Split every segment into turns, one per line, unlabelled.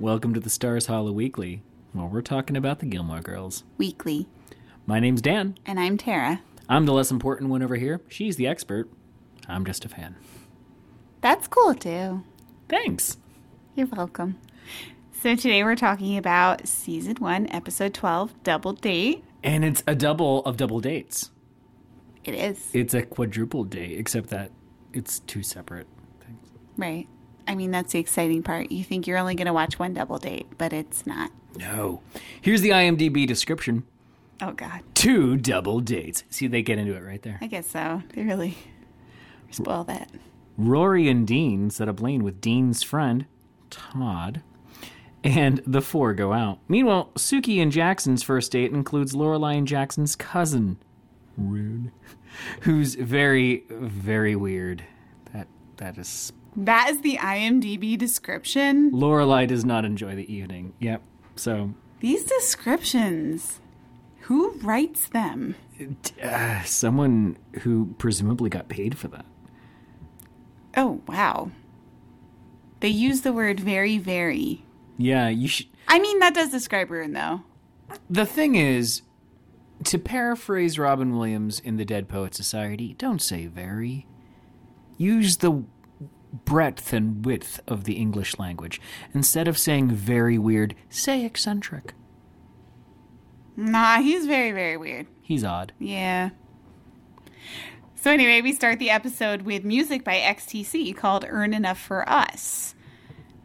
Welcome to the Stars Hollow Weekly, where we're talking about the Gilmore Girls.
Weekly.
My name's Dan.
And I'm Tara.
I'm the less important one over here. She's the expert. I'm just a fan.
That's cool too.
Thanks.
You're welcome. So today we're talking about season one, episode 12, Double Date.
And it's a double of double dates.
It is.
It's a quadruple date, except that it's two separate things.
Right. I mean, that's the exciting part. You think you're only going to watch one double date, but it's not.
No. Here's the IMDb description
Oh, God.
two double dates. See, they get into it right there.
I guess so. They really spoil that.
Rory and Dean set up Lane with Dean's friend, Todd, and the four go out. Meanwhile, Suki and Jackson's first date includes Lorelai and Jackson's cousin, Rude, who's very, very weird. That that is
That is the IMDb description.
Lorelai does not enjoy the evening. Yep. So
These descriptions, who writes them?
uh, someone who presumably got paid for that.
Oh, wow. They use the word very, very.
Yeah, you should.
I mean, that does describe Ruin, though.
The thing is, to paraphrase Robin Williams in the Dead Poet Society, don't say very. Use the breadth and width of the English language. Instead of saying very weird, say eccentric.
Nah, he's very, very weird.
He's odd.
Yeah. So, anyway, we start the episode with music by XTC called Earn Enough for Us.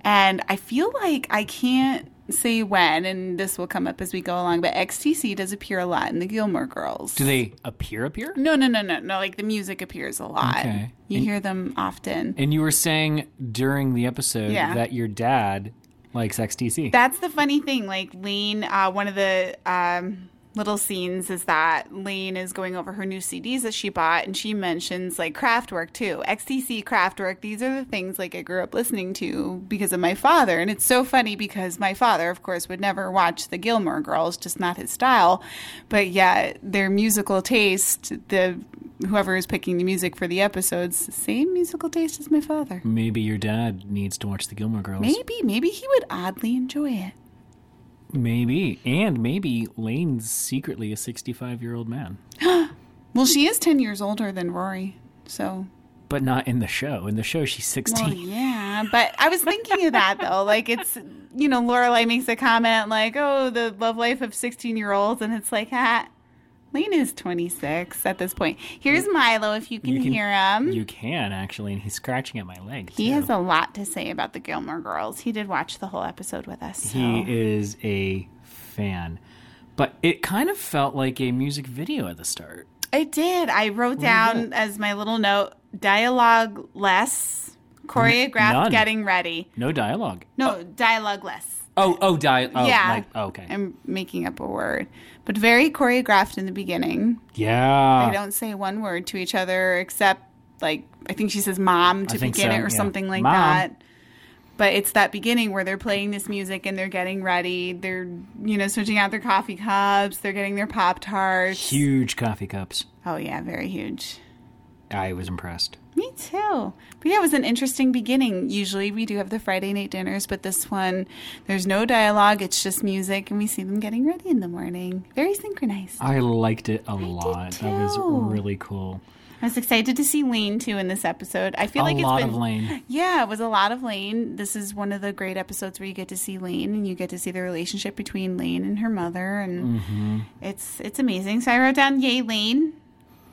And I feel like I can't say when, and this will come up as we go along, but XTC does appear a lot in the Gilmore Girls.
Do they appear appear?
No, no, no, no, no. Like the music appears a lot.
Okay.
You hear them often.
And you were saying during the episode
Yeah.
that your dad likes XTC.
That's the funny thing. Like Lane, uh, one of the um, little scenes is that Lane is going over her new CDs that she bought, and she mentions like Kraftwerk too, XTC Kraftwerk. These are the things like I grew up listening to because of my father, and it's so funny because my father, of course, would never watch the Gilmore Girls, just not his style. But yet their musical taste, the whoever is picking the music for the episodes, same musical taste as my father.
Maybe your dad needs to watch the Gilmore Girls.
Maybe, maybe he would oddly enjoy it.
Maybe. And maybe Lane's secretly a 65 year old man.
Well, she is 10 years older than Rory. So,
But not in the show. In the show, she's 16.
well, yeah. But I was thinking of that, though. Like, it's, you know, Lorelai makes a comment like, oh, the love life of 16 year olds. And it's like, ah, Lane is 26 at this point. Here's Milo, if you can,
can-
hear him.
You can actually, and he's scratching at my leg.
he
too.
has a lot to say about the Gilmore Girls. He did watch the whole episode with us. So.
He is a fan, but it kind of felt like a music video at the start.
I did. I wrote down as my little note dialogue less, choreographed
none.
getting ready.
No dialogue.
No, dialogue less.
Oh, oh, di- oh
Yeah.
Like, oh, okay.
I'm making up a word, but very choreographed in the beginning.
yeah.
They don't say one word to each other except, like, I think she says mom to
I think
begin
so,
it or
yeah.
something like
Mom.
that. But it's that beginning where they're playing this music and they're getting ready. They're, you know, switching out their coffee cups. They're getting their Pop Tarts.
Huge coffee cups.
Oh, yeah, very huge.
I was impressed.
Me too. But yeah, it was an interesting beginning. Usually we do have the Friday night dinners, but this one, there's no dialogue. It's just music, and we see them getting ready in the morning. Very synchronized.
I liked it a lot. That was
too.
really cool.
I was excited to see Lane too in this episode. I feel
a
like it's
lot
been,
of Lane.
Yeah, it was a lot of Lane. This is one of the great episodes where you get to see Lane and you get to see the relationship between Lane and her mother, and
Mm-hmm.
it's it's amazing. So I wrote down, "Yay, Lane!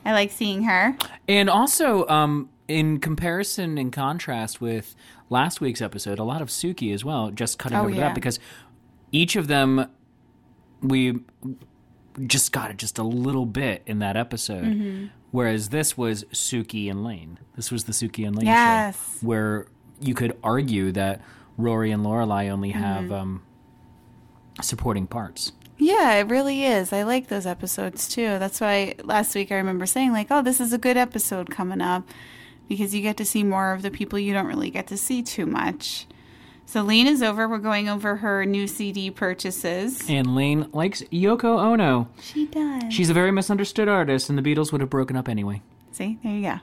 I like seeing her."
And also, um, in comparison and contrast with last week's episode, a lot of Suki as well, just cutting
Oh,
over to
yeah.
that because each of them we just got it just a little bit in that episode.
Mm-hmm.
Whereas this was Suki and Lane. This was the Suki and Lane
Yes.
show where you could argue that Rory and Lorelai
Mm-hmm.
only have um, supporting parts.
Yeah, it really is. I like those episodes too. That's why last week I remember saying, like, oh, this is a good episode coming up because you get to see more of the people you don't really get to see too much. So Lane is over. We're going over her new CD purchases.
And Lane likes Yoko Ono.
She does.
She's a very misunderstood artist, and the Beatles would have broken up anyway.
See, there you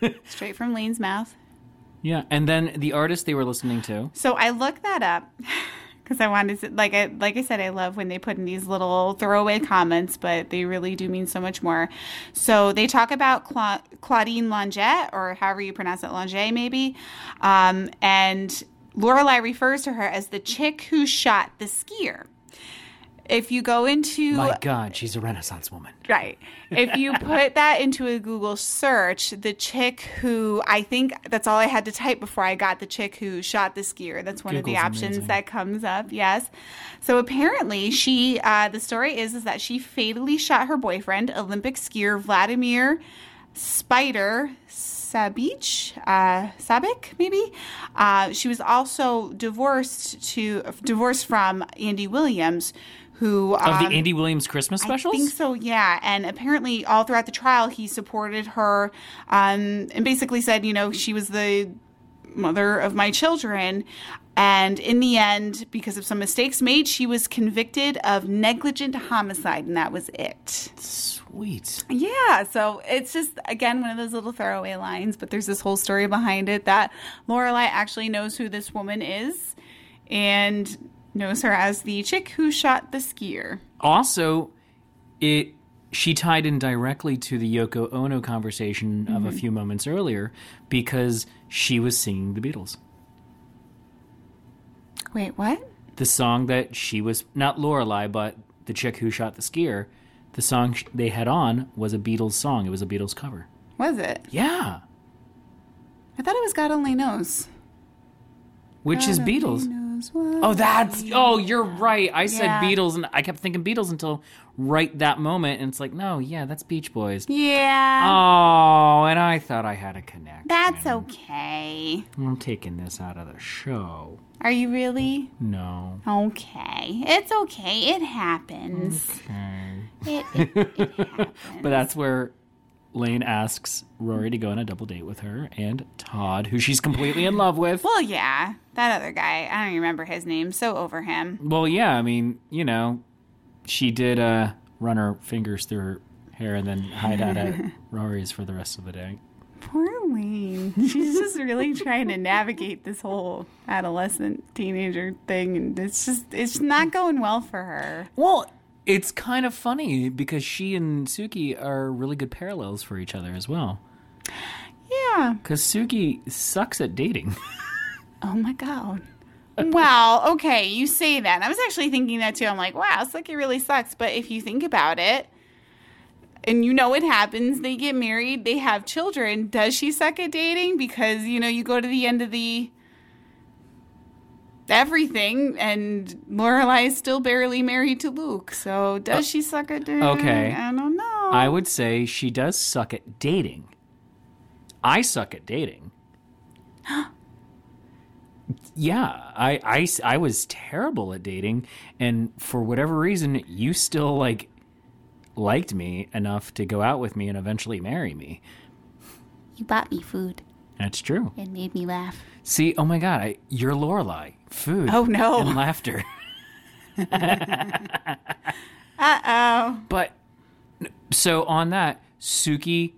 go. Straight from Lane's mouth.
Yeah, and then the artist they were listening to.
So I looked that up because I wanted to, like I like I said, I love when they put in these little throwaway comments, but they really do mean so much more. So they talk about Cla- Claudine Longet, or however you pronounce it, Longet maybe, um, and Lorelai refers to her as the chick who shot the skier. If you go into
My God, she's a Renaissance woman.
Right. If you put that into a Google search, the chick who I think that's all I had to type before I got the chick who shot the skier. That's one of the
Google's
options
amazing.
that comes up. Yes. So apparently, she uh, the story is is that she fatally shot her boyfriend, Olympic skier Vladimir Spider Sabich, uh, Sabic maybe. Uh, she was also divorced to divorced from Andy Williams. Who
Of
um,
Oh, the Andy Williams Christmas specials?
I think so, yeah. And apparently, all throughout the trial, he supported her um, and basically said, you know, she was the mother of my children. And in the end, because of some mistakes made, she was convicted of negligent homicide, and that was it.
Sweet.
Yeah, so it's just again one of those little throwaway lines, but there's this whole story behind it that Lorelai actually knows who this woman is, and knows her as the chick who shot the skier.
Also, it she tied in directly to the Yoko Ono conversation of
Mm-hmm.
a few moments earlier because she was singing the Beatles.
Wait, what?
The song that she was not Lorelei, but the chick who shot the skier. The song sh- they had on was a Beatles song. It was a Beatles cover.
Was it?
Yeah,
I thought it was God only knows.
which is
God only
Beatles.
knows what-
Oh, that's. Oh, you're right. I said
Yeah.
Beatles, and I kept thinking Beatles until right that moment. And it's like, no, yeah, that's Beach Boys.
Yeah.
Oh, and I thought I had a connection.
That's okay.
I'm taking this out of the show.
Are you really?
No.
Okay. It's okay. It happens.
Okay.
It, it-
But that's where Lane asks Rory to go on a double date with her and Todd, who she's completely in love with.
well, yeah. That other guy. I don't remember his name. So over him.
Well, yeah, I mean, you know, she did uh, run her fingers through her hair and then hide out at Rory's for the rest of the day.
Poor Lane. She's just really trying to navigate this whole adolescent teenager thing, and it's just it's not going well for her.
Well, it's kind of funny because she and Suki are really good parallels for each other as well.
Yeah.
Because Suki sucks at dating.
Oh my god. Well, okay, you say that. And I was actually thinking that too. I'm like, wow, Suki really sucks. But if you think about it, and you know it happens, they get married, they have children. Does she suck at dating? Because, you know, you go to the end of the everything and Lorelai is still barely married to Luke. So does she suck at dating?
Uh, okay.
I don't know.
I would say she does suck at dating. I suck at dating. yeah, I, I s- I was terrible at dating, and for whatever reason, you still like liked me enough to go out with me and eventually marry me.
you bought me food
That's true.
and made me laugh.
See, oh my God, I, you're Lorelai. Food.
Oh, no.
And laughter.
Uh oh.
But so on that, Suki,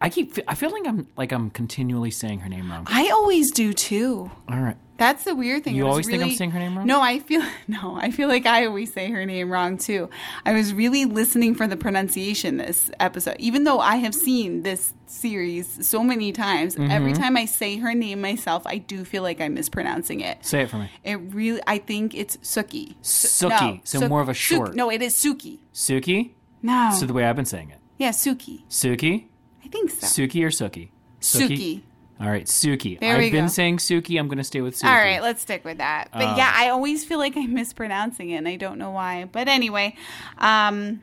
I keep I feel like I'm like I'm continually saying her name wrong.
I always do too.
All right.
That's the weird thing.
You
I was
always think I'm
really-
saying her name wrong?
No, I feel no. I feel like I always say her name wrong too. I was really listening for the pronunciation this episode, even though I have seen this series so many times.
Mm-hmm.
Every time I say her name myself, I do feel like I'm mispronouncing it.
Say it for me.
It really, I think it's Suki.
Suki.
No,
so
Su-
more of a
Suki-
short.
no, it is Suki.
Suki?
No.
So the way I've been saying it.
yeah, Suki.
Suki?
I think so.
Suki or Suki?
Suki.
All right, Suki.
There
I've
we
been
go.
saying Suki. I'm going to stay with Suki.
All right, let's stick with that. But yeah, I always feel like I'm mispronouncing it, and I don't know why. But anyway, um,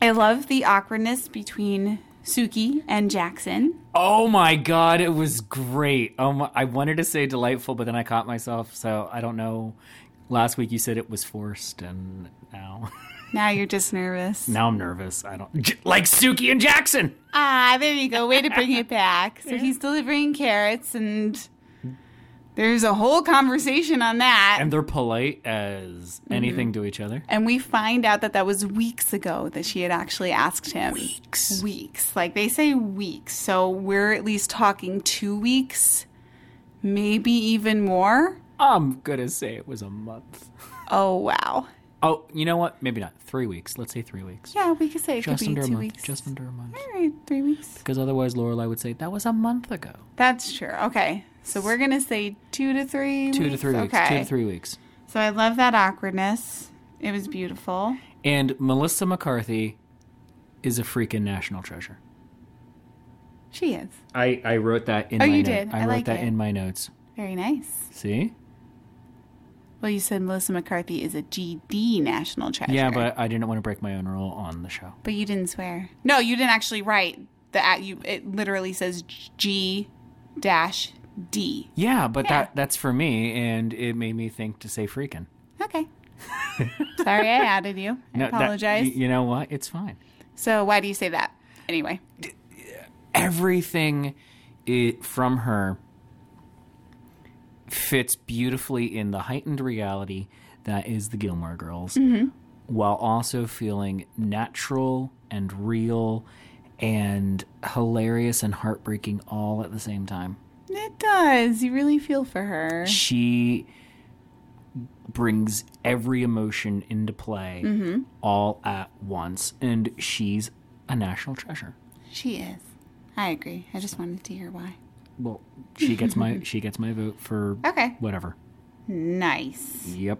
I love the awkwardness between Suki and Jackson.
Oh my god, it was great. Oh my, I wanted to say delightful, but then I caught myself. So I don't know. Last week you said it was forced, and now
Now you're just nervous.
now I'm nervous. I don't like Suki and Jackson.
Ah, there you go. Way to bring it back. So he's delivering carrots, and there's a whole conversation on that.
And they're polite as anything
Mm-hmm.
to each other.
And we find out that that was weeks ago that she had actually asked him. Weeks. Like they say weeks. So we're at least talking two weeks maybe even more.
I'm gonna say it was a month.
Oh wow.
Oh, you know what? Maybe not. Three weeks. Let's say three weeks.
Yeah, we could say it
just
could
under
be
a
two
month.
weeks.
Just under a month.
All right, three weeks.
Because otherwise, Lorelai would say that was a month ago.
That's true. Okay, so we're gonna say two to three.
Two to
weeks?
three weeks.
Okay.
Two to three weeks.
So I love that awkwardness. It was beautiful.
And Melissa McCarthy is a freaking national treasure.
She is
I, I wrote that in
Oh,
my
you
note-
did.
I
I
wrote
like
that
it.
in my notes.
very nice.
See?
Well, you said Melissa McCarthy is a GD national treasure.
Yeah, but I didn't want to break my own rule on the show.
but you didn't swear. No, you didn't actually write the at. You it literally says G dash D.
Yeah, but
Yeah.
that that's for me, and it made me think to say freaking.
Okay. Sorry, I added you. I
No, that-
apologize.
y- you know what? It's fine.
so why do you say that anyway?
everything i from her fits beautifully in the heightened reality that is the Gilmore Girls,
Mm-hmm.
while also feeling natural and real and hilarious and heartbreaking all at the same time.
It does. You really feel for her.
She brings every emotion into play
Mm-hmm.
all at once, and she's a national treasure.
She is. I agree. I just wanted to hear why.
Well, she gets my she gets my vote for
Okay.
whatever.
Nice.
Yep.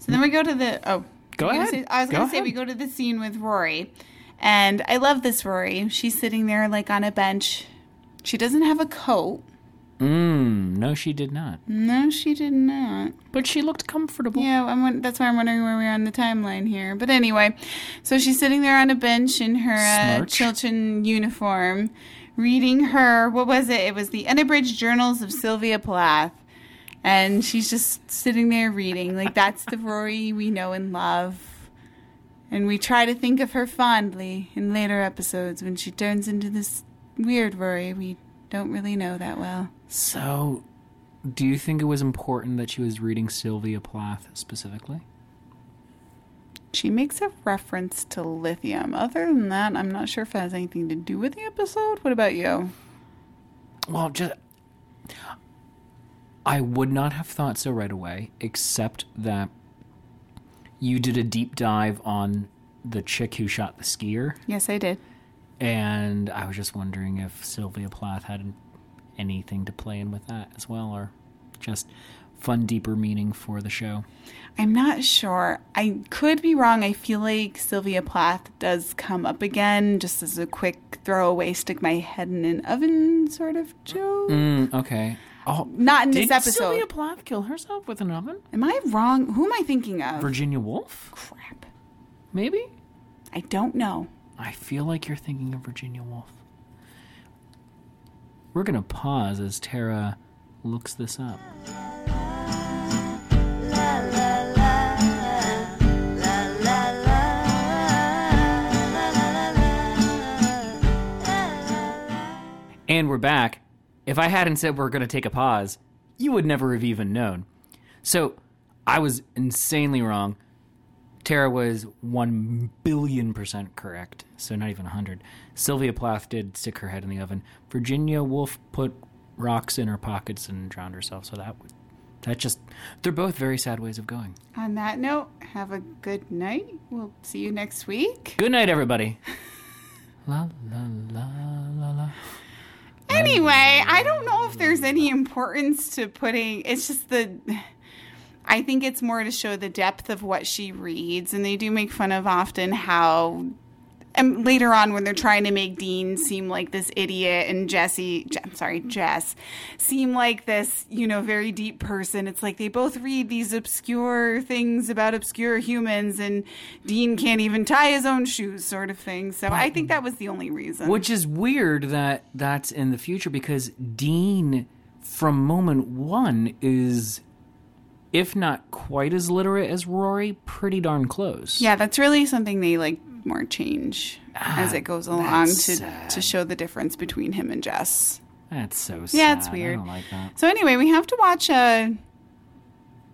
So then we go to the oh.
Go
I was
ahead.
gonna say- I was
Go
going to say
ahead.
we go to the scene with Rory, and I love this Rory. She's sitting there like on a bench. She doesn't have a coat.
Mm, no, she did not.
No, she did not.
But she looked comfortable.
Yeah, I'm, won- that's why I'm wondering where we are on the timeline here. But anyway, so she's sitting there on a bench in her uh,
Smirch.
Chilton uniform, reading her, what was it? It was the Unabridged Journals of Sylvia Plath. And she's just sitting there reading. Like, that's the Rory we know and love. And we try to think of her fondly in later episodes when she turns into this weird Rory we don't really know that well.
So, do you think it was important that she was reading Sylvia Plath specifically?
She makes a reference to lithium. Other than that, I'm not sure if it has anything to do with the episode. What about you?
Well, just. I would not have thought so right away, except that you did a deep dive on the chick who shot the skier,
Yes, I did.
and I was just wondering if Sylvia Plath had anything to play in with that as well, or just fun, deeper meaning for the show.
I'm not sure. I could be wrong. I feel like Sylvia Plath does come up again just as a quick throwaway, stick my head in an oven sort of joke.
Mm, okay. Oh,
Not in this
Did
episode.
Sylvia Plath kill herself with an oven?
Am I wrong? Who am I thinking of?
Virginia Woolf?
Crap.
Maybe?
I don't know.
I feel like you're thinking of Virginia Woolf. We're going to pause as Tara looks this up. And we're back. If I hadn't said we're going to take a pause, you would never have even known. So I was insanely wrong. Tara was 1 billion percent correct, so not even 100. Sylvia Plath did stick her head in the oven. Virginia Woolf put rocks in her pockets and drowned herself, so that would. That just. They're both very sad ways of going.
On that note, have a good night. We'll see you next week.
Good night, everybody. la, la, la, la, la.
Anyway, I don't know if there's any importance to putting. It's just the. I think it's more to show the depth of what she reads, and they do make fun of often how. And later on, when they're trying to make Dean seem like this idiot and Jesse, Je- I'm sorry, Jess, seem like this, you know, very deep person, it's like they both read these obscure things about obscure humans, and Dean can't even tie his own shoes, sort of thing. So I think that was the only reason.
Which is weird that that's in the future because Dean, from moment one, is, if not quite as literate as Rory, pretty darn close.
Yeah, that's really something they like more change as it goes along
Ah, that's
to
sad.
to show the difference between him and Jess.
That's so sad.
Yeah, it's
I
weird.
don't like that.
So anyway, we have to watch uh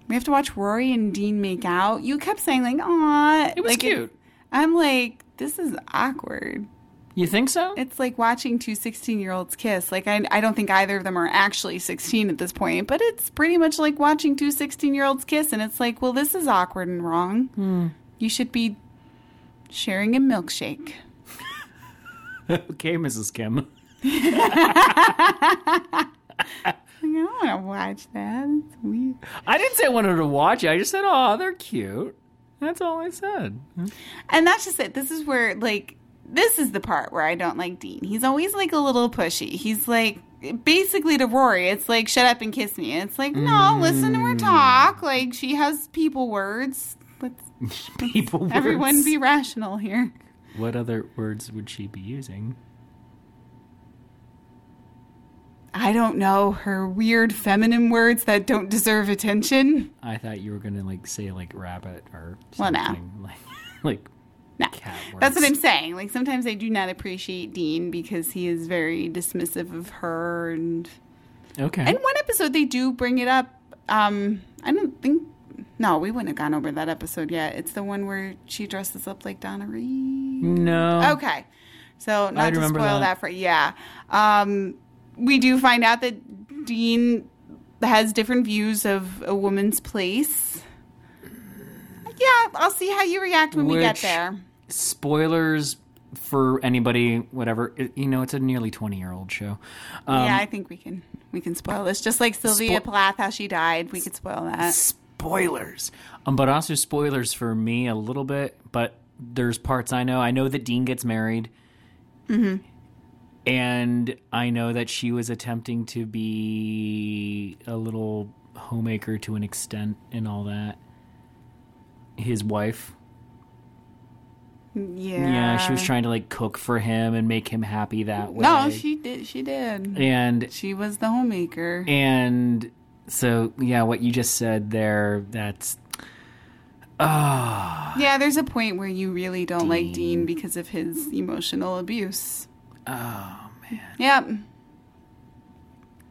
we have to watch Rory and Dean make out. You kept saying like, "Aw,"
It was
like,
cute.
I'm like, this is awkward.
You think so?
It's like watching two 16 year olds kiss. Like, I, I don't think either of them are actually 16 at this point, but it's pretty much like watching two 16 year olds kiss. And it's like, well, this is awkward and wrong.
Hmm.
You should be sharing a milkshake.
okay, Mrs. Kim.
Like, I don't want to watch that. It's weird.
I didn't say I wanted to watch it. I just said, oh, they're cute. That's all I said.
And that's just it. This is where, like, this is the part where I don't like Dean. He's always like a little pushy. He's like, basically to Rory, it's like, shut up and kiss me. And it's like, no, listen to her
Mm.
talk. Like, she has people words. Let's
People words.
everyone be rational here.
What other words would she be using?
I don't know her weird feminine words that don't deserve attention.
I thought you were gonna like say like rabbit or
Well, no.
something like like
No.
cat words.
That's what I'm saying. Like sometimes I do not appreciate Dean because he is very dismissive of her and
Okay.
in one episode they do bring it up. Um I don't think no, we wouldn't have gone over that episode yet. It's the one where she dresses up like Donna Reed.
no.
Okay. So not to
Mm-hmm. remember
spoil that.
that.
for yeah. Um, we do find out that Dean has different views of a woman's place. Yeah, I'll see how you react when we get
Which- um,
there.
Spoilers for anybody, whatever. It- you know, it's a nearly twenty-year-old show. Um,
yeah, I think we can we can spoil this. Just like Sylvia Plath, how she died, we could spoil that.
spoilers. Um, but also spoilers for me a little bit. But there's parts I know. I know that Dean gets married. And I know that she was attempting to be a little homemaker to an extent and all that. His wife.
Yeah.
Yeah, she was trying to like cook for him and make him happy that way.
No, she did. She did.
and
She was the homemaker.
And so, yeah, what you just said there, that's. ah,
Yeah, there's a point where you really don't like Dean because of his emotional abuse.
oh, man,
Yep.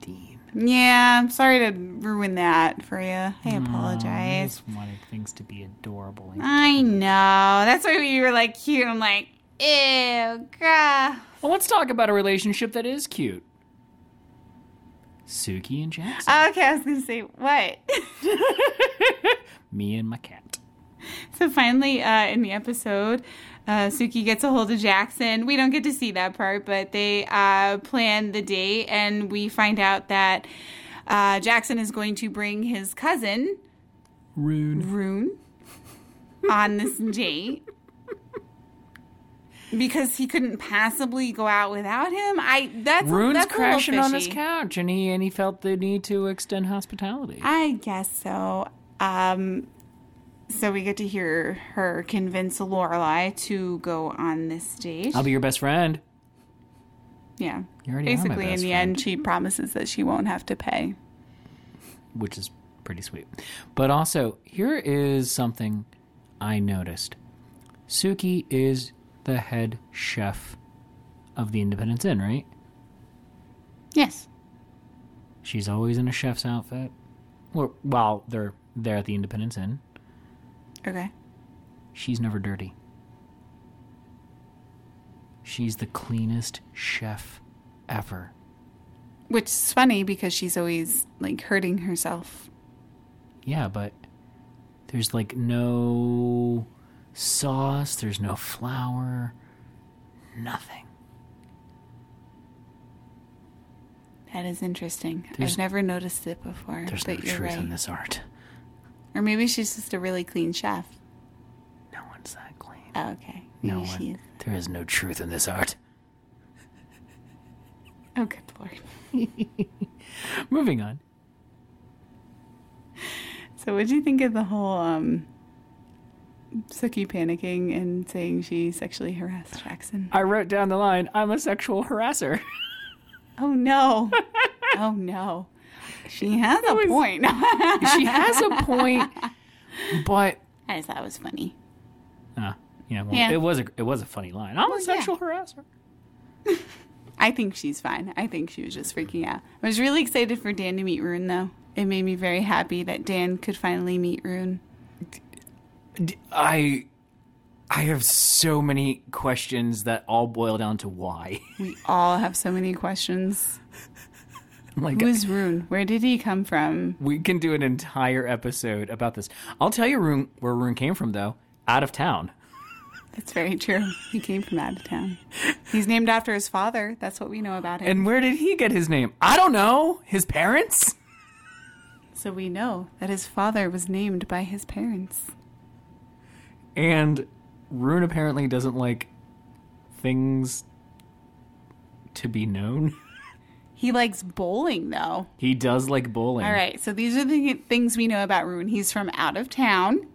Dean.
Yeah, I'm sorry to ruin that for you. I
I
apologize.
just wanted things to be adorable.
I know. That's why we were like cute. I'm like, ew, gross.
Well, let's talk about a relationship that is cute Suki and Jackson.
Oh, okay, I was gonna say what.
Me and my cat.
so finally, uh, in the episode, uh, Suki gets a hold of Jackson. We don't get to see that part, but they uh, plan the date, and we find out that uh, Jackson is going to bring his cousin
Rune.
Rune on this date because he couldn't possibly go out without him. I that's
Rune's
that's a little
crashing on his
fishy.
couch, and he and he felt the need to extend hospitality.
I guess so. Um, so we get to hear her convince Lorelai to go on this date.
I'll be your best friend.
yeah.
You already are my
Basically, in
best
the
friend.
end, she promises that she won't have to pay.
which is pretty sweet. But also, here is something I noticed. Suki is the head chef of the Independence Inn, right?
Yes.
She's always in a chef's outfit. Well, while they're there at the Independence Inn,
Okay.
she's never dirty. She's the cleanest chef ever.
Which is funny because she's always like hurting herself
Yeah, but there's like no sauce, there's no flour, nothing.
That is interesting. I've
There's-
never noticed it before.
There's
but
no
you're
truth
right.
in this art.
Or maybe she's just a really clean chef.
No one's that clean.
Oh, okay. Maybe
No
she is.
one. There is no truth in this art.
Oh, good lord.
Moving on.
So, what do you think of the whole um, Suki panicking and saying she sexually harassed Jackson?
I wrote down the line I'm a sexual harasser.
Oh no! oh no! She has a point. I
she has a point, but.
just thought it was funny.
Uh, yeah, well,
Yeah.
it was a it was a funny line. I'm a
yeah.
sexual harasser.
I think she's fine. I think she was just freaking out. I was really excited for Dan to meet Rune, though. It made me very happy that Dan could finally meet Rune.
D- I I have so many questions that all boil down to why.
We all have so many questions.
like
Who is Rune? Where did he come from?
we can do an entire episode about this. I'll tell you Rune, where Rune came from though. Out of town.
That's very true. He came from out of town. He's named after his father. That's what we know about him.
And where did he get his name? I don't know. His parents?
so we know that his father was named by his parents.
And Rune apparently doesn't like things to be known.
He likes bowling, though.
He does like bowling.
All right, so these are the things we know about Rune. He's from out of town.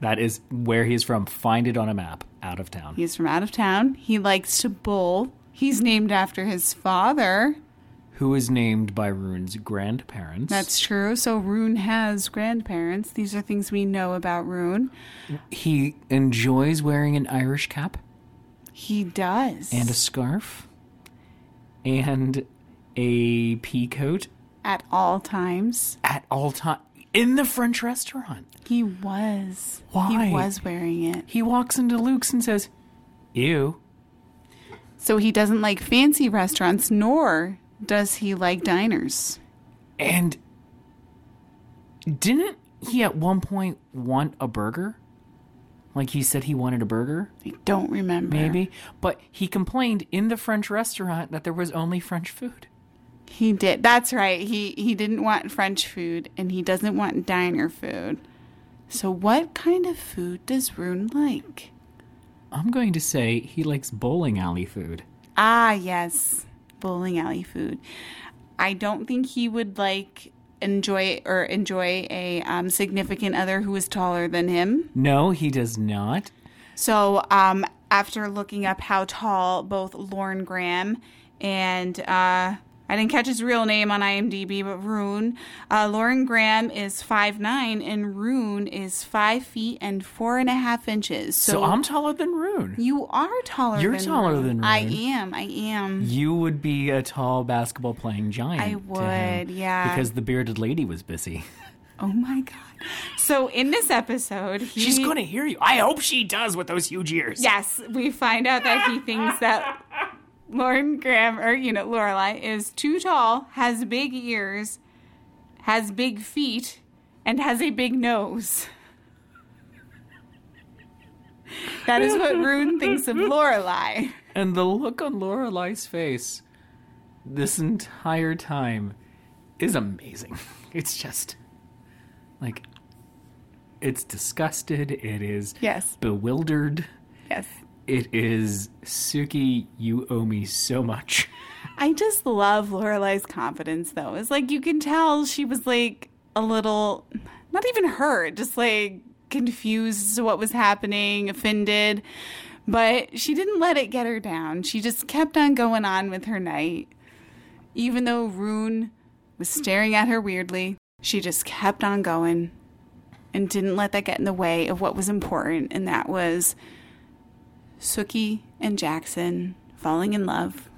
That is where he's from. Find it on a map. Out of town.
He's from out of town. He likes to bowl. He's named after his father.
Who is named by Rune's grandparents.
That's true. So Rune has grandparents. These are things we know about Rune.
he enjoys wearing an Irish cap
He does.
and a scarf and a pea coat
at all times.
at all time in the French restaurant.
He was.
Why?
He was wearing it.
He walks into Luke's and says, "Ew."
So he doesn't like fancy restaurants, nor does he like diners.
And didn't he at one point want a burger? Like he said he wanted a burger,
I don't remember.
maybe, but he complained in the French restaurant that there was only French food.
He did. That's right. He he didn't want French food and he doesn't want diner food. So what kind of food does Rune like?
I'm going to say he likes bowling alley food.
Ah, yes, bowling alley food. I don't think he would like enjoy or enjoy a um, significant other who is taller than him.
No, he does not.
So, um, after looking up how tall both Lauren Graham and uh, I didn't catch his real name on IMDb, but Rune. Uh, Lauren Graham is 5'9 and Rune is 5 feet and 4.5 inches. So,
So I'm taller than Rune.
you are taller
You're
than
taller
Rune.
than
I
Rune.
am. I am.
You would be a tall basketball playing giant.
I
to him
would, yeah.
Because the bearded lady was busy.
Oh my God. So, in this episode, he,
She's going to hear you. I hope she does with those huge ears.
Yes, we find out that he thinks that Lauren Graham, or you know, Lorelai, is too tall, has big ears, has big feet, and has a big nose. That is what Rune thinks of Lorelai.
And the look on Lorelai's face this entire time is amazing. It's just like it's disgusted, it is
Yes.
bewildered.
Yes.
It is Suki, you owe me so much.
I just love Lorelai's confidence though. It's like you can tell she was like a little not even hurt, just like confused as to what was happening, offended. But she didn't let it get her down. She just kept on going on with her night. Even though Rune was staring at her weirdly, she just kept on going and didn't let that get in the way of what was important, and that was Sookie and Jackson falling in love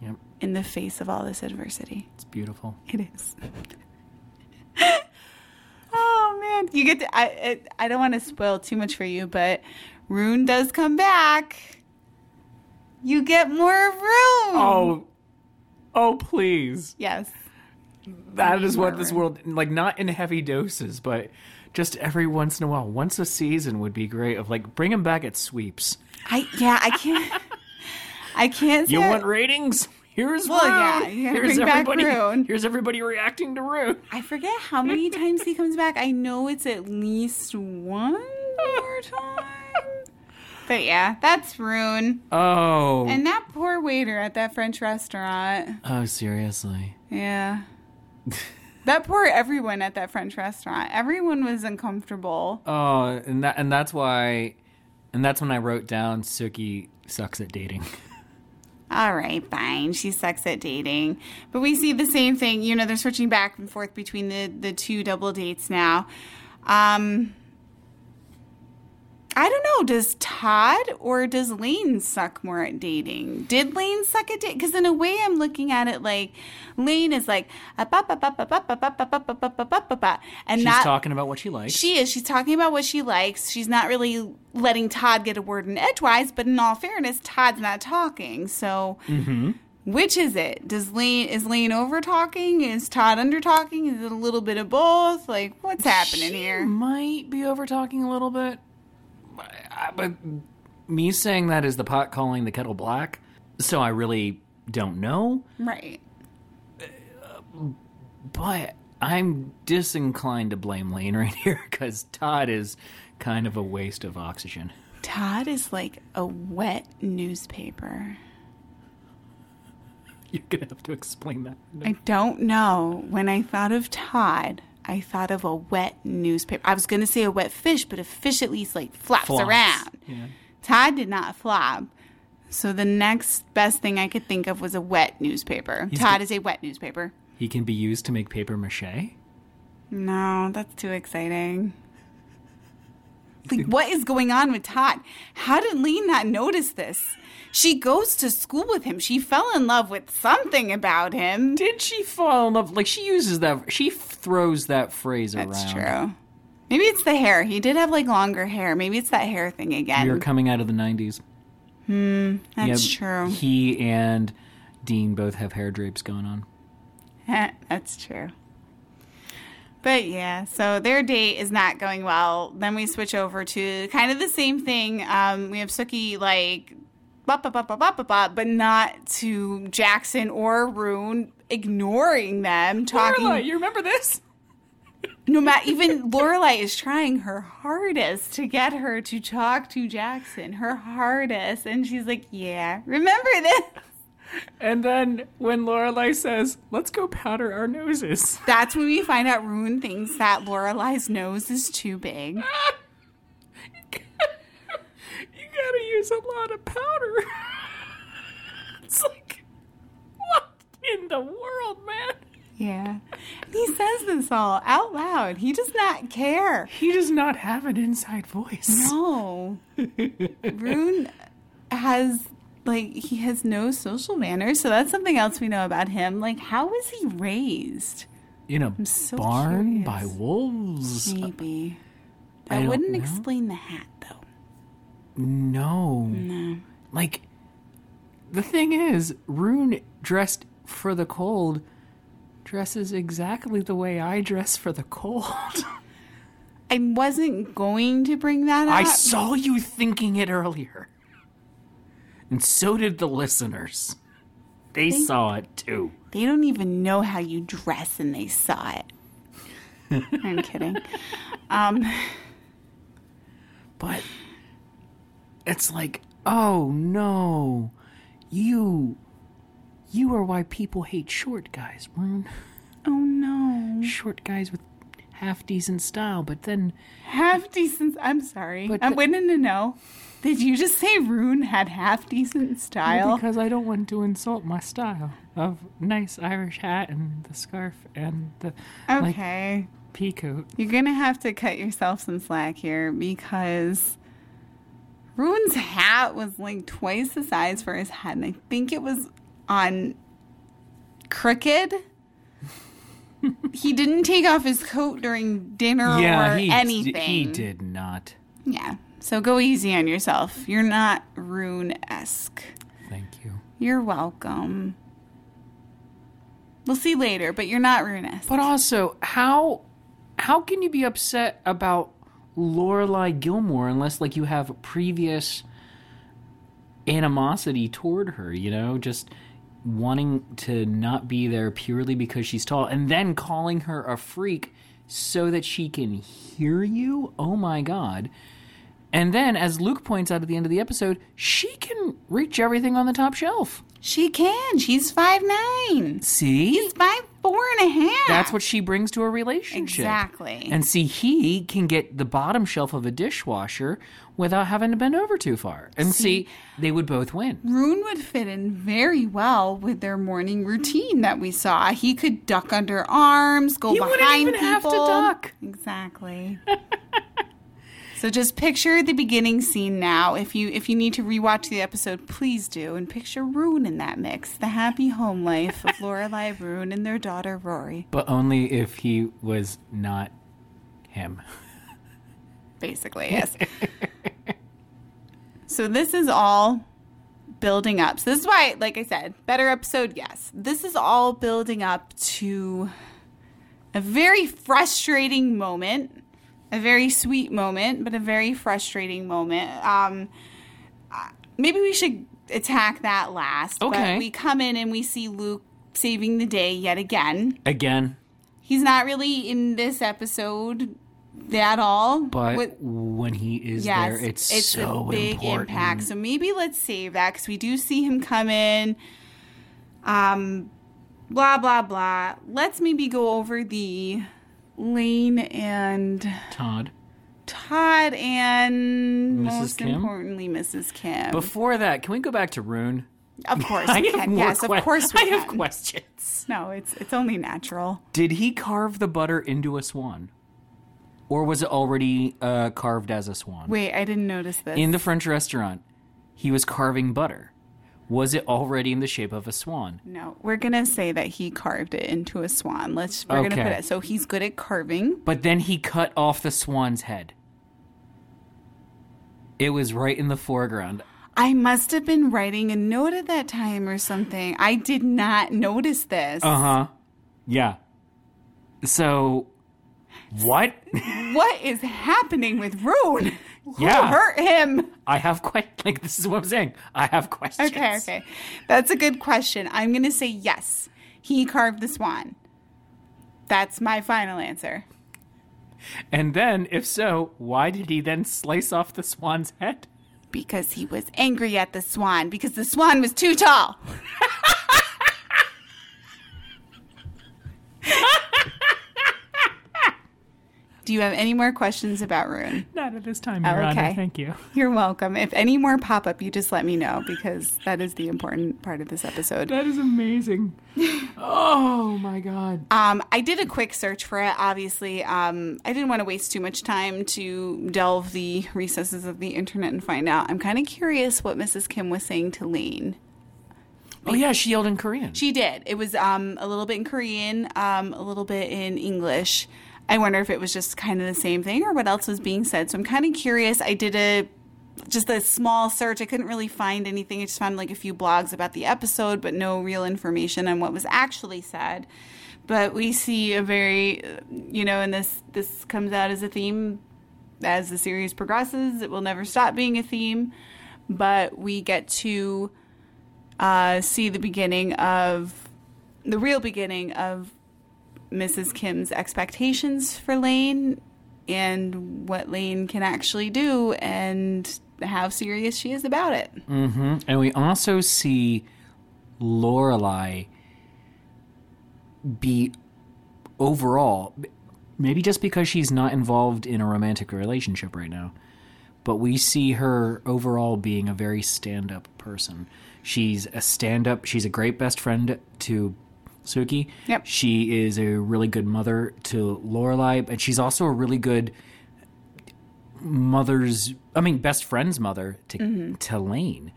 Yep,
in the face of all this adversity.
it's beautiful.
It is. oh man, you get to. I it, I don't want to spoil too much for you, but Rune does come back. You get more of Rune.
Oh, oh, please.
yes.
That is what this world like not in heavy doses, but just every once in a while, once a season would be great of like bring him back at sweeps.
I yeah. I can't. I can't. Say
You
I-
want ratings? Here's
Well,
Rune.
yeah, you gotta
here's
bring back
everybody.
Rune.
Here's everybody reacting to Rune.
I forget how many times he comes back. I know it's at least one more time. But yeah, that's Rune.
Oh,
And that poor waiter at that French restaurant.
oh, seriously.
Yeah. that poor everyone at that French restaurant. Everyone was uncomfortable.
Oh, and that and that's why, and that's when I wrote down Suki sucks at dating.
All right, fine. She sucks at dating. But we see the same thing. You know, they're switching back and forth between the, the two double dates now. Um, I don't know. Does Todd or does Lane suck more at dating? Did Lane suck at dating? Because in a way, I'm looking at it like Lane is like a ba ba ba ba ba ba ba ba ba ba ba ba ba ba ba, and
She's
not
talking about what she likes.
she is. She's talking about what she likes. She's not really letting Todd get a word in edgewise. But in all fairness, Todd's not talking. So, which is it? Does Lane is Lane over talking? Is Todd under talking? Is it a little bit of both? Like what's happening
She
here?
might be over talking a little bit. But, I- but me saying that is the pot calling the kettle black. So I really don't know.
Right.
But I'm disinclined to blame Lane right here because Todd is kind of a waste of oxygen.
Todd is like a wet newspaper.
You're going to have to explain that.
I don't know. When I thought of Todd, I thought of a wet newspaper. I was going to say a wet fish, but a fish at least like flops,
Flops.
around.
Yeah.
Todd did not flop. So the next best thing I could think of was a wet newspaper. Todd is a wet newspaper.
He can be used to make paper mache.
No, that's too exciting. Like, what is going on with Todd? How did Lee not notice this? She goes to school with him. She fell in love with something about him.
Did she fall in love? Like she uses that, she throws that phrase
That's
around.
true. Maybe it's the hair. He did have like longer hair. Maybe it's that hair thing
We were
again.
coming out of the 90s.
That's true.
He and Dean both have hair drapes going on.
That's true. But yeah, so their date is not going well. Then we switch over to kind of the same thing. Um, we have Suki like, ba ba ba ba ba ba ba, but not to Jackson or Rune, ignoring them, talking.
you remember this?
No matter, even Lorelai is trying her hardest to get her to talk to Jackson. Her hardest, and she's like, "Yeah, remember this."
And then when Lorelai says, "Let's go powder our noses,"
That's when we find out Rune thinks that Lorelai's nose is too big.
you gotta use a lot of powder. it's like, what in the world, man?
Yeah, and he says this all out loud. He does not care.
He does not have an inside voice.
No, Rune has like he has no social manners, so that's something else we know about him. Like, how was he raised?
In a
so
barn
curious.
by wolves?
Maybe.
I
I,
don't
wouldn't
know.
explain the hat though.
No. No. Like, the thing is, Rune dressed for the cold dresses exactly the way I dress for the cold.
I wasn't going to bring that up.
I saw you thinking it earlier. And so did the listeners. They saw it too.
they don't even know how you dress and they saw it. I'm kidding. Um,
But it's like, oh no. You. You are why people hate short guys, Rune.
Oh no.
short guys with half decent style, but then
Half decent. I'm sorry.
But
I'm
the-
waiting to know. Did you just say Rune had half decent style?
because I don't want to insult my style of nice Irish hat and the scarf and the like
Okay.
pea coat.
You're going to have to cut yourself some slack here because Ruin's hat was like twice the size for his head. And I think it was on crooked. he didn't take off his coat during dinner or anything.
he did not.
Yeah. So go easy on yourself. You're not Rune esque.
Thank you.
You're welcome. We'll see later, but you're not Rune esque.
But also, how how can you be upset about Lorelai Gilmore unless like you have previous animosity toward her, you know, just wanting to not be there purely because she's tall and then calling her a freak so that she can hear you? Oh my god. And then as Luke points out at the end of the episode, she can reach everything on the top shelf.
She can. She's five nine.
See?
She's five four and a half.
That's what she brings to a relationship.
exactly.
And see, he can get the bottom shelf of a dishwasher without having to bend over too far. And see, they would both win.
Rune would fit in very well with their morning routine that we saw. He could duck under arms, go
He wouldn't
behind
even have to
people.
duck.
Exactly. So just picture the beginning scene now. If you if you need to rewatch the episode, please do, and picture Rune in that mix, the happy home life of Lorelai Rune and their daughter Rory,
But only if he was not him.
basically. Yes. so this is all building up. So this is why, like I said, better episode. Yes, this is all building up to a very frustrating moment, a very sweet moment, but a very frustrating moment. Um, uh, maybe we should attack that last.
Okay.
But we come in and we see Luke saving the day yet again.
Again,
He's not really in this episode at all.
but
What-
when he is there, it's, so important.
impact. So maybe let's save that because we do see him come in. Um, blah blah blah. Let's maybe go over the Lane and
Todd.
Todd and
Mrs.
most
Kim?
importantly Mrs. Kim.
Before that, can we go back to Rune?
of course,
I
we
have
can.
more
Yes,
que-
of course we
I have
can.
questions.
No, it's it's only natural.
Did he carve the butter into a swan? Or was it already uh, carved as a swan?
Wait, I didn't notice this.
In the French restaurant, he was carving butter. Was it already in the shape of a swan?
no, we're gonna say that he carved it into a swan. Let's we're gonna
Okay.
put it. So he's good at carving.
But then he cut off the swan's head. It was right in the foreground.
I must have been writing a note at that time or something. I did not notice this.
Uh huh. Yeah. So, what?
What is happening with Rune?
Yeah.
Who hurt him?
I have quite like this is what I'm saying. I have questions.
Okay, okay. That's a good question. I'm going to say yes. He carved the swan. That's my final answer.
And then, if so, why did he then slice off the swan's head?
Because he was angry at the swan because the swan was too tall. Do you have any more questions about Rune?
Not at this time,
Oh,
Your Honor.
okay.
Thank you.
You're welcome. If any more pop up, you just let me know because that is the important part of this episode.
That is amazing. oh my god.
Um, I did a quick search for it. Obviously, um, I didn't want to waste too much time to delve the recesses of the internet and find out. I'm kind of curious what Mrs. Kim was saying to Lane.
Oh yeah, she yelled in Korean.
She did. It was um, a little bit in Korean, um, a little bit in English. I wonder if it was just kind of the same thing or what else was being said. So I'm kind of curious. I did a just a small search. I couldn't really find anything. I just found like a few blogs about the episode, but no real information on what was actually said. But we see a very, uh, you know, and this this comes out as a theme as the series progresses. It will never stop being a theme, but we get to uh, see the beginning of the real beginning of Mrs. Kim's expectations for Lane and what Lane can actually do and how serious she is about it.
And we also see Lorelai be overall maybe just because she's not involved in a romantic relationship right now, but we see her overall being a very stand-up person. She's a stand-up, she's a great best friend to Suki.
Yep.
She is a really good mother to Lorelai, and she's also a really good mother's I mean best friend's mother to to Lane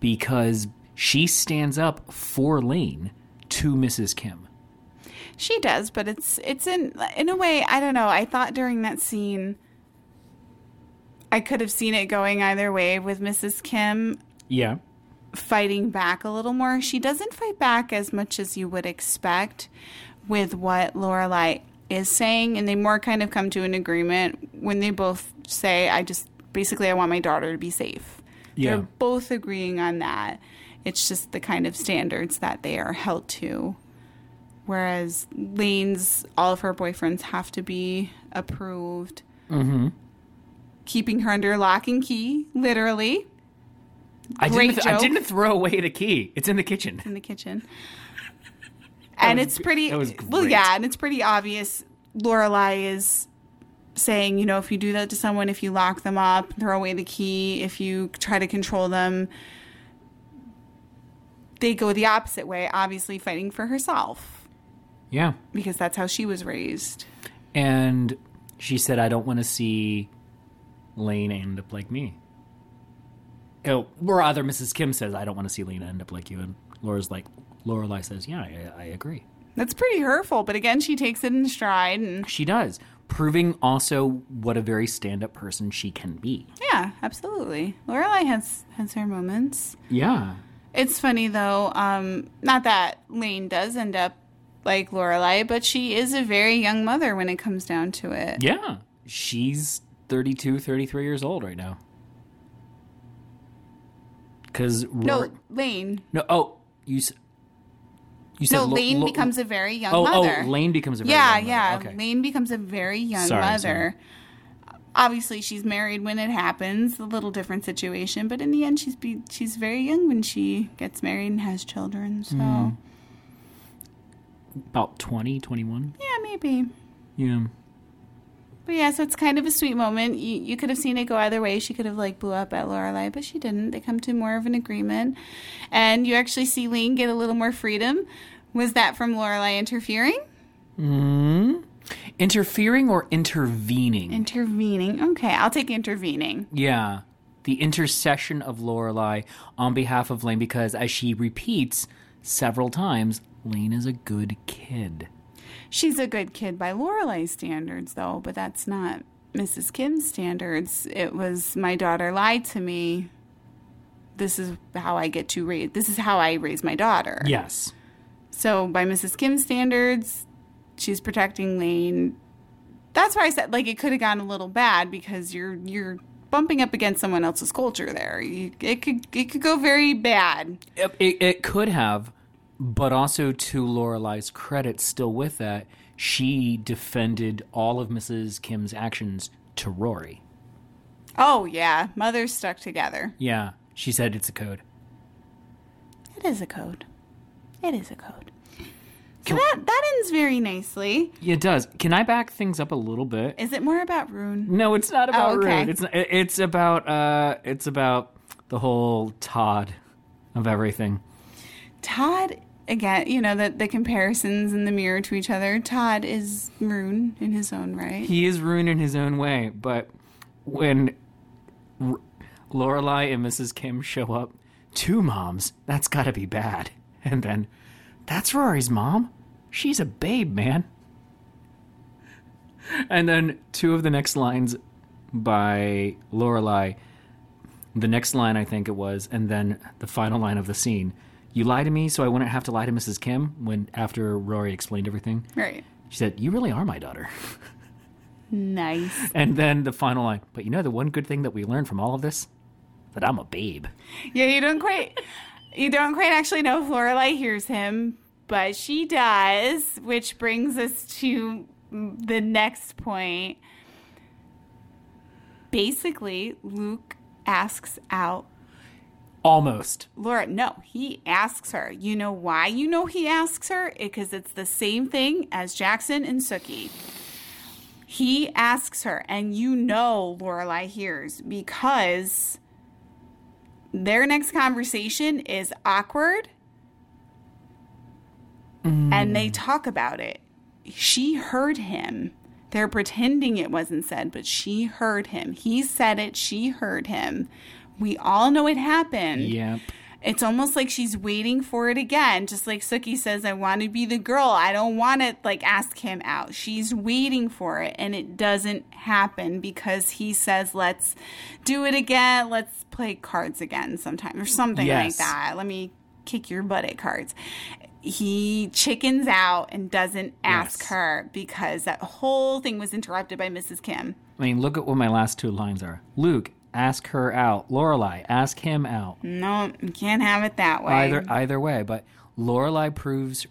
because she stands up for Lane to Mrs. Kim.
She does, but it's it's in in a way, I don't know. I thought during that scene I could have seen it going either way with Mrs. Kim
Yeah.
fighting back a little more. She doesn't fight back as much as you would expect with what Lorelai is saying, and they more kind of come to an agreement when they both say, "I just basically I want my daughter to be safe."
Yeah.
They're both agreeing on that. It's just the kind of standards that they are held to. Whereas Lane's, all of her boyfriends have to be approved. Mm-hmm. Keeping her under lock and key, literally.
I
Great
didn't I
joke.
didn't throw away the key. It's in the kitchen.
in the kitchen. and
was
it's
gr-
pretty.
that was
Well,
great.
yeah, and it's pretty obvious. Lorelai is saying, you know, if you do that to someone, if you lock them up, throw away the key, if you try to control them, they go the opposite way. Obviously, fighting for herself
Yeah.
because that's how she was raised.
And she said I don't want to see Lane end up like me. Oh, rather, Mrs. Kim says, I don't want to see Lena end up like you. And Laura's like, Lorelai says, Yeah, I, I agree.
That's pretty hurtful, but again, she takes it in stride and
She does, proving also what a very stand up person she can be.
yeah, absolutely. Lorelai has has her moments.
Yeah.
It's funny though, um, not that Lane does end up like Lorelai, but she is a very young mother when it comes down to it.
Yeah. She's 32, 33 years old right now. Because.
No, Lane.
No, oh, you, s- you said.
No,
Lo-
Lane
Lo-
becomes a very young
Oh,
mother.
oh, Lane becomes a very
yeah,
young mother.
yeah.
Okay.
Lane becomes a very young
Sorry,
mother. Obviously, she's married when it happens. A little different situation, but in the end, she's be- she's very young when she gets married and has children. So
Hmm. About 20, 21.
yeah, maybe.
Yeah.
But yeah, so it's kind of a sweet moment. You, you could have seen it go either way. She could have like blew up at Lorelai, but she didn't. They come to more of an agreement, and you actually see Lane get a little more freedom. Was that from Lorelai interfering?
Hmm? Interfering or intervening?
Intervening. Okay, I'll take intervening.
Yeah. The intercession of Lorelei on behalf of Lane because as she repeats several times, Lane is a good kid.
She's a good kid by Lorelai's standards, though, but that's not Mrs. Kim's standards. It was my daughter lied to me. This is how I get to raise. This is how I raise my daughter.
Yes.
So by Mrs. Kim's standards, she's protecting Lane. That's why I said like it could have gone a little bad because you're you're bumping up against someone else's culture there. You, it could it could go very bad.
It, it, it could have, but also to Lorelei's credit, still with that, she defended all of Mrs. Kim's actions to Rory.
Oh yeah, mothers stuck together.
Yeah. She said it's a code.
It is a code. It is a code. So that that ends very nicely.
It does. Can I back things up a little bit?
Is it more about Rune?
No, it's not about
okay.
rude. It's it- it's about uh, it's about the whole Todd of everything.
Todd again, you know, the the comparisons in the mirror to each other. Todd is Rune in his own right.
He is ruined in his own way, but when R- Lorelai and Mrs. Kim show up, two moms, that's got to be bad. And then, that's Rory's mom. She's a babe, man. And then two of the next lines by Lorelai. The next line, I think it was, and then the final line of the scene. You lie to me, so I wouldn't have to lie to Mrs. Kim. When after Rory explained everything,
Right.
she said, "You really are my daughter."
Nice.
And then the final line. But you know the one good thing that we learned from all of this? That I'm a babe.
Yeah, you don't quite you don't quite actually know if Lorelai hears him, but she does, which brings us to the next point. Basically, Luke asks out
Almost.
Laura, no, he asks her. You know why you know he asks her? Because it's the same thing as Jackson and Sookie. He asks her, and you know Lorelai hears because their next conversation is awkward and they talk about it. She heard him. They're pretending it wasn't said, but she heard him. He said it, she heard him. We all know it happened.
Yep.
It's almost like she's waiting for it again. Just like Suki says, I want to be the girl. I don't want to like ask him out. She's waiting for it and it doesn't happen because he says, let's do it again. Let's play cards again sometime or something like
Yes.
that. Let me kick your butt at cards. He chickens out and doesn't ask
Yes.
her because that whole thing was interrupted by Mrs. Kim.
I mean, look at what my last two lines are. Luke, ask her out. Lorelai, ask him out.
No, you can't have it that way.
Either either way, but Lorelai proves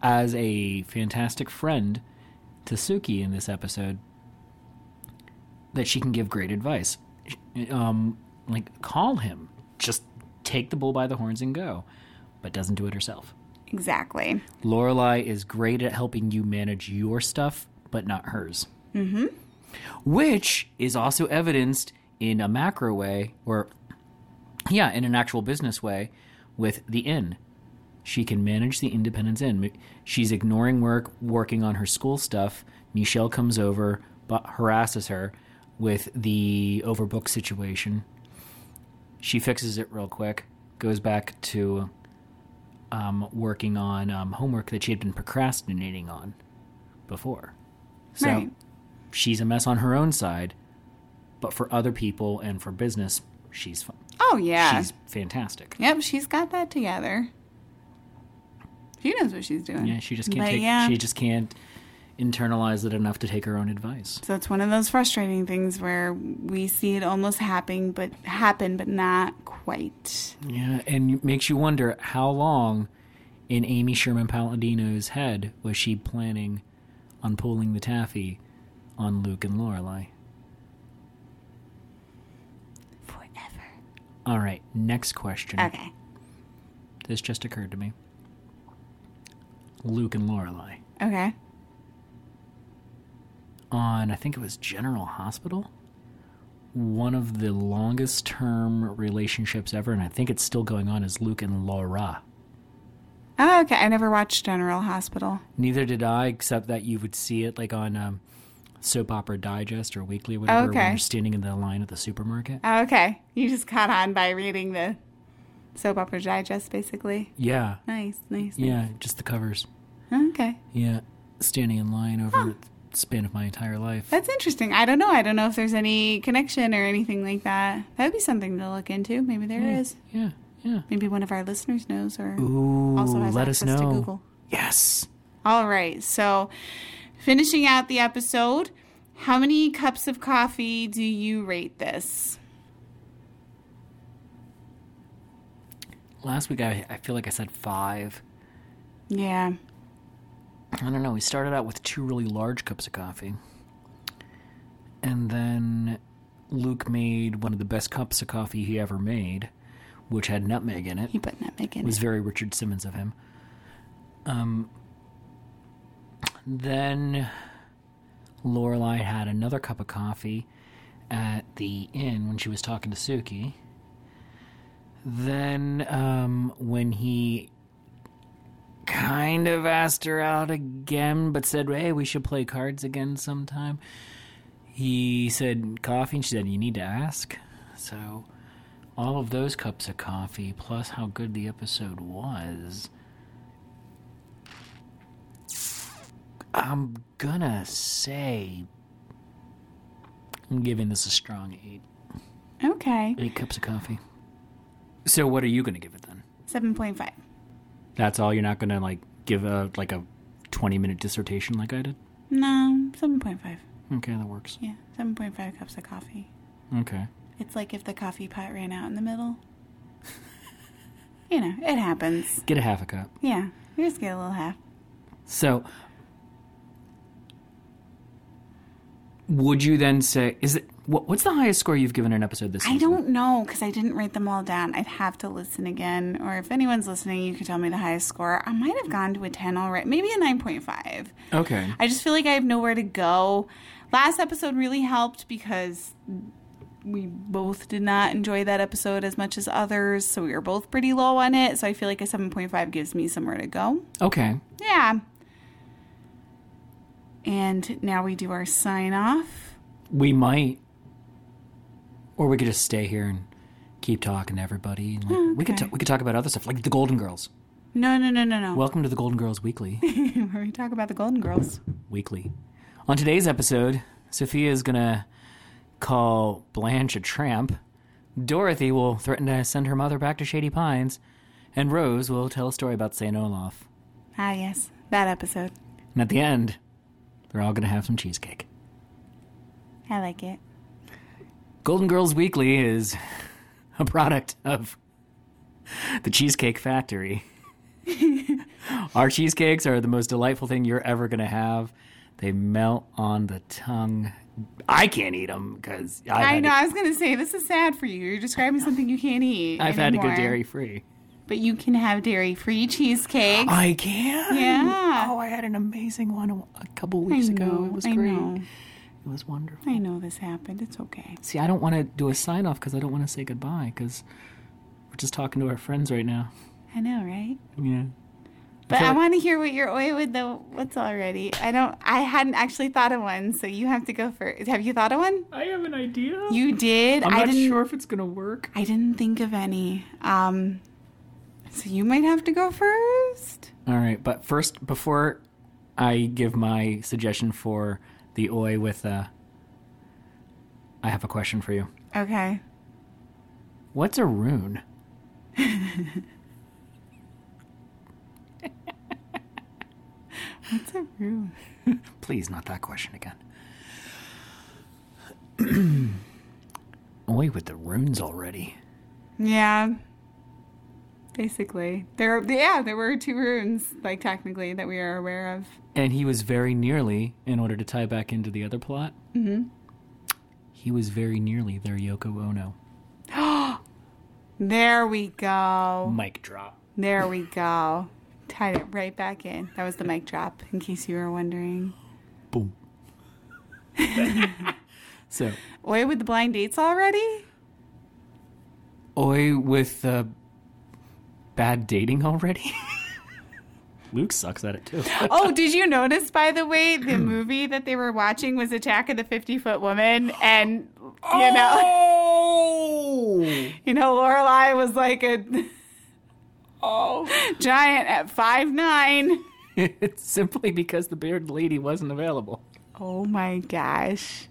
as a fantastic friend to Suki in this episode that she can give great advice. Um, like call him, just take the bull by the horns and go, but doesn't do it herself.
Exactly.
Lorelai is great at helping you manage your stuff, but not hers. Mm-hmm. Which is also evidenced in a macro way, or yeah, in an actual business way, with the inn. She can manage the Independence Inn. She's ignoring work, working on her school stuff. Michelle comes over, but harasses her. with the overbook situation. She fixes it real quick, goes back to um, working on um, homework that she had been procrastinating on before. So
Right.
she's a mess on her own side, but for other people and for business, she's fun.
Oh yeah.
She's fantastic.
Yep, she's got that together. She knows what she's doing.
Yeah, she just can't
But
take.
yeah.
She just can't internalize it enough to take her own advice.
So it's one of those frustrating things where we see it almost happening, but happen, but not quite.
Yeah, and it makes you wonder how long in Amy Sherman Palladino's head was she planning on pulling the taffy on Luke and Lorelai.
Forever.
All right, next question.
Okay.
This just occurred to me. Luke and Lorelai
Okay.
on I think it was General Hospital. One of the longest term relationships ever, and I think it's still going on, is Luke and Laura.
Oh, okay. I never watched General Hospital.
Neither did I, except that you would see it like on um, Soap Opera Digest or Weekly, whatever, when
Okay.
you're standing in the line at the supermarket.
Oh, okay. You just caught on by reading the Soap Opera Digest, basically.
Yeah,
Nice, nice.
yeah, just the covers.
Okay.
Yeah, standing in line over the span of my entire life.
That's interesting. I don't know. I don't know if there's any connection or anything like that. That would be something to look into. Maybe there is.
Yeah, yeah.
Maybe one of our listeners knows or
Ooh,
also has
let us
access
know.
to Google.
Yes.
All right. So, finishing out the episode, how many cups of coffee do you rate this?
Last week I, I feel like I said five.
Yeah.
I don't know. We started out with two really large cups of coffee. And then Luke made one of the best cups of coffee he ever made, which had nutmeg in it.
You put nutmeg in.
was
it.
very Richard Simmons of him. Um, then Lorelai had another cup of coffee at the inn when she was talking to Suki. Then um, when he kind of asked her out again, but said, "Hey, we should play cards again sometime," he said coffee, and she said, "You need to ask." So all of those cups of coffee, plus how good the episode was. I'm gonna say I'm giving this a strong eight.
Okay.
Eight cups of coffee. So what are you gonna give it then?
7.5.
That's all you're not gonna like give a like a twenty minute dissertation like I did?
No, 7.5.
Okay, that works.
Yeah, 7.5 cups of coffee.
Okay.
It's like if the coffee pot ran out in the middle. you know, it happens.
Get a half a cup.
Yeah. We just get a little half.
So, would you then say is it what, what's the highest score you've given an episode this
I
season?
don't know because I didn't write them all down. I'd have to listen again. Or if anyone's listening, you could tell me the highest score. I might have gone to a 10 already, maybe a 9.5.
Okay.
I just feel like I have nowhere to go. Last episode really helped because we both did not enjoy that episode as much as others. So we were both pretty low on it. So I feel like a 7.5 gives me somewhere to go.
Okay.
Yeah. And now we do our sign off.
We might, or we could just stay here and keep talking to everybody. And like, We could
Hmm, Okay.
ta- we could talk about other stuff like the Golden Girls.
No, no, no, no, no.
Welcome to the Golden Girls Weekly.
Where we talk about the Golden Girls.
Weekly. On today's episode, Sophia is gonna call Blanche a tramp. Dorothy will threaten to send her mother back to Shady Pines, and Rose will tell a story about Saint Olaf.
Ah, yes, that episode.
And at the end, they're all gonna have some cheesecake.
I like it.
Golden Girls Weekly is a product of the Cheesecake Factory. Our cheesecakes are the most delightful thing you're ever going to have. They melt on the tongue. I can't eat them because
I
I've,
know.
had,
I was gonna say this is sad for you. You're describing something you can't eat.
I've had to go
anymore.
dairy free.
but you can have dairy-free cheesecake.
I can?
Yeah.
Oh, I had an amazing one a a couple weeks Oh, ago. It was
I
great.
know.
It was wonderful.
I know this happened. It's okay.
See, I don't want to do a sign off because I don't want to say goodbye because we're just talking to our friends right now.
I know, right?
Yeah.
But
feel
I
like-
want to hear what your oi with the what's already. I don't. I hadn't actually thought of one, so you have to go first. Have you thought of one?
I have an idea.
You did.
Oh, I'm
I
not
did not
sure if it's gonna work.
I didn't think of any. Um, so you might have to go first.
All right, but first, before I give my suggestion for the oi with, uh, I have a question for you.
Okay.
What's a rune?
What's a rune?
Please, not that question again. oi with the runes already.
Yeah. Basically, there. Yeah, there were two runes, like technically, that we are aware of.
And he was very nearly, in order to tie back into the other plot, mm-hmm. he was very nearly their Yoko Ono.
There we go.
Mic drop.
There we go. Tied it right back in. That was the mic drop, in case you were wondering.
Boom. so,
Oi with the blind dates already?
Oi with uh, bad dating already? Luke sucks at it too.
Oh, did you notice, by the way, the movie that they were watching was Attack of the 50 Foot Woman? And, you know,
Oh!
you know, Lorelai was like a
oh.
giant at five nine.
it's simply because the bearded lady wasn't available.
Oh my gosh.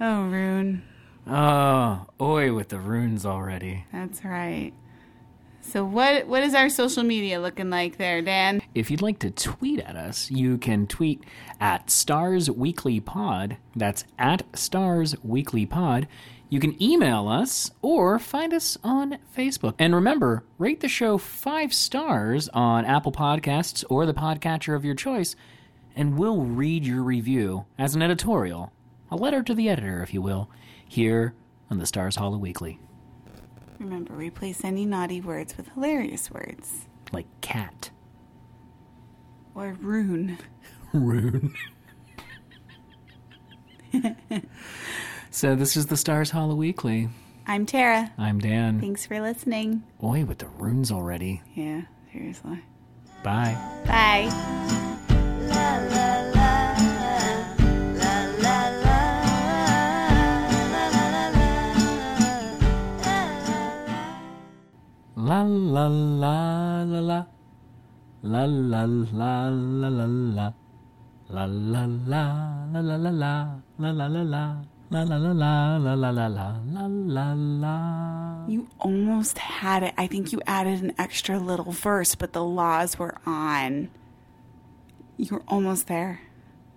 Oh, Rune.
Oh, oi with the runes already.
That's right. So what what is our social media looking like there, Dan?
If you'd like to tweet at us, you can tweet at Stars Weekly Pod. That's at Stars Weekly Pod. You can email us or find us on Facebook. And remember, rate the show five stars on Apple Podcasts or the podcatcher of your choice, and we'll read your review as an editorial, a letter to the editor, if you will, here on the Stars Hollow Weekly,
Remember, replace any naughty words with hilarious words.
like cat.
Or Rune.
Rune. so this is the Stars Hollow Weekly.
I'm Tara.
I'm Dan.
Thanks for listening.
Oi, with the runes already.
Yeah, seriously.
Bye.
Bye.
La la la la la. La la la la la la. La la la la la la la. La la la la. La la la la la la la la la la la.
You almost had it. I think you added an extra little verse, but the laws were on. You were almost there.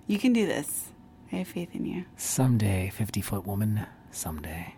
You can do this. I have faith in you.
Someday, 50 foot woman. Someday.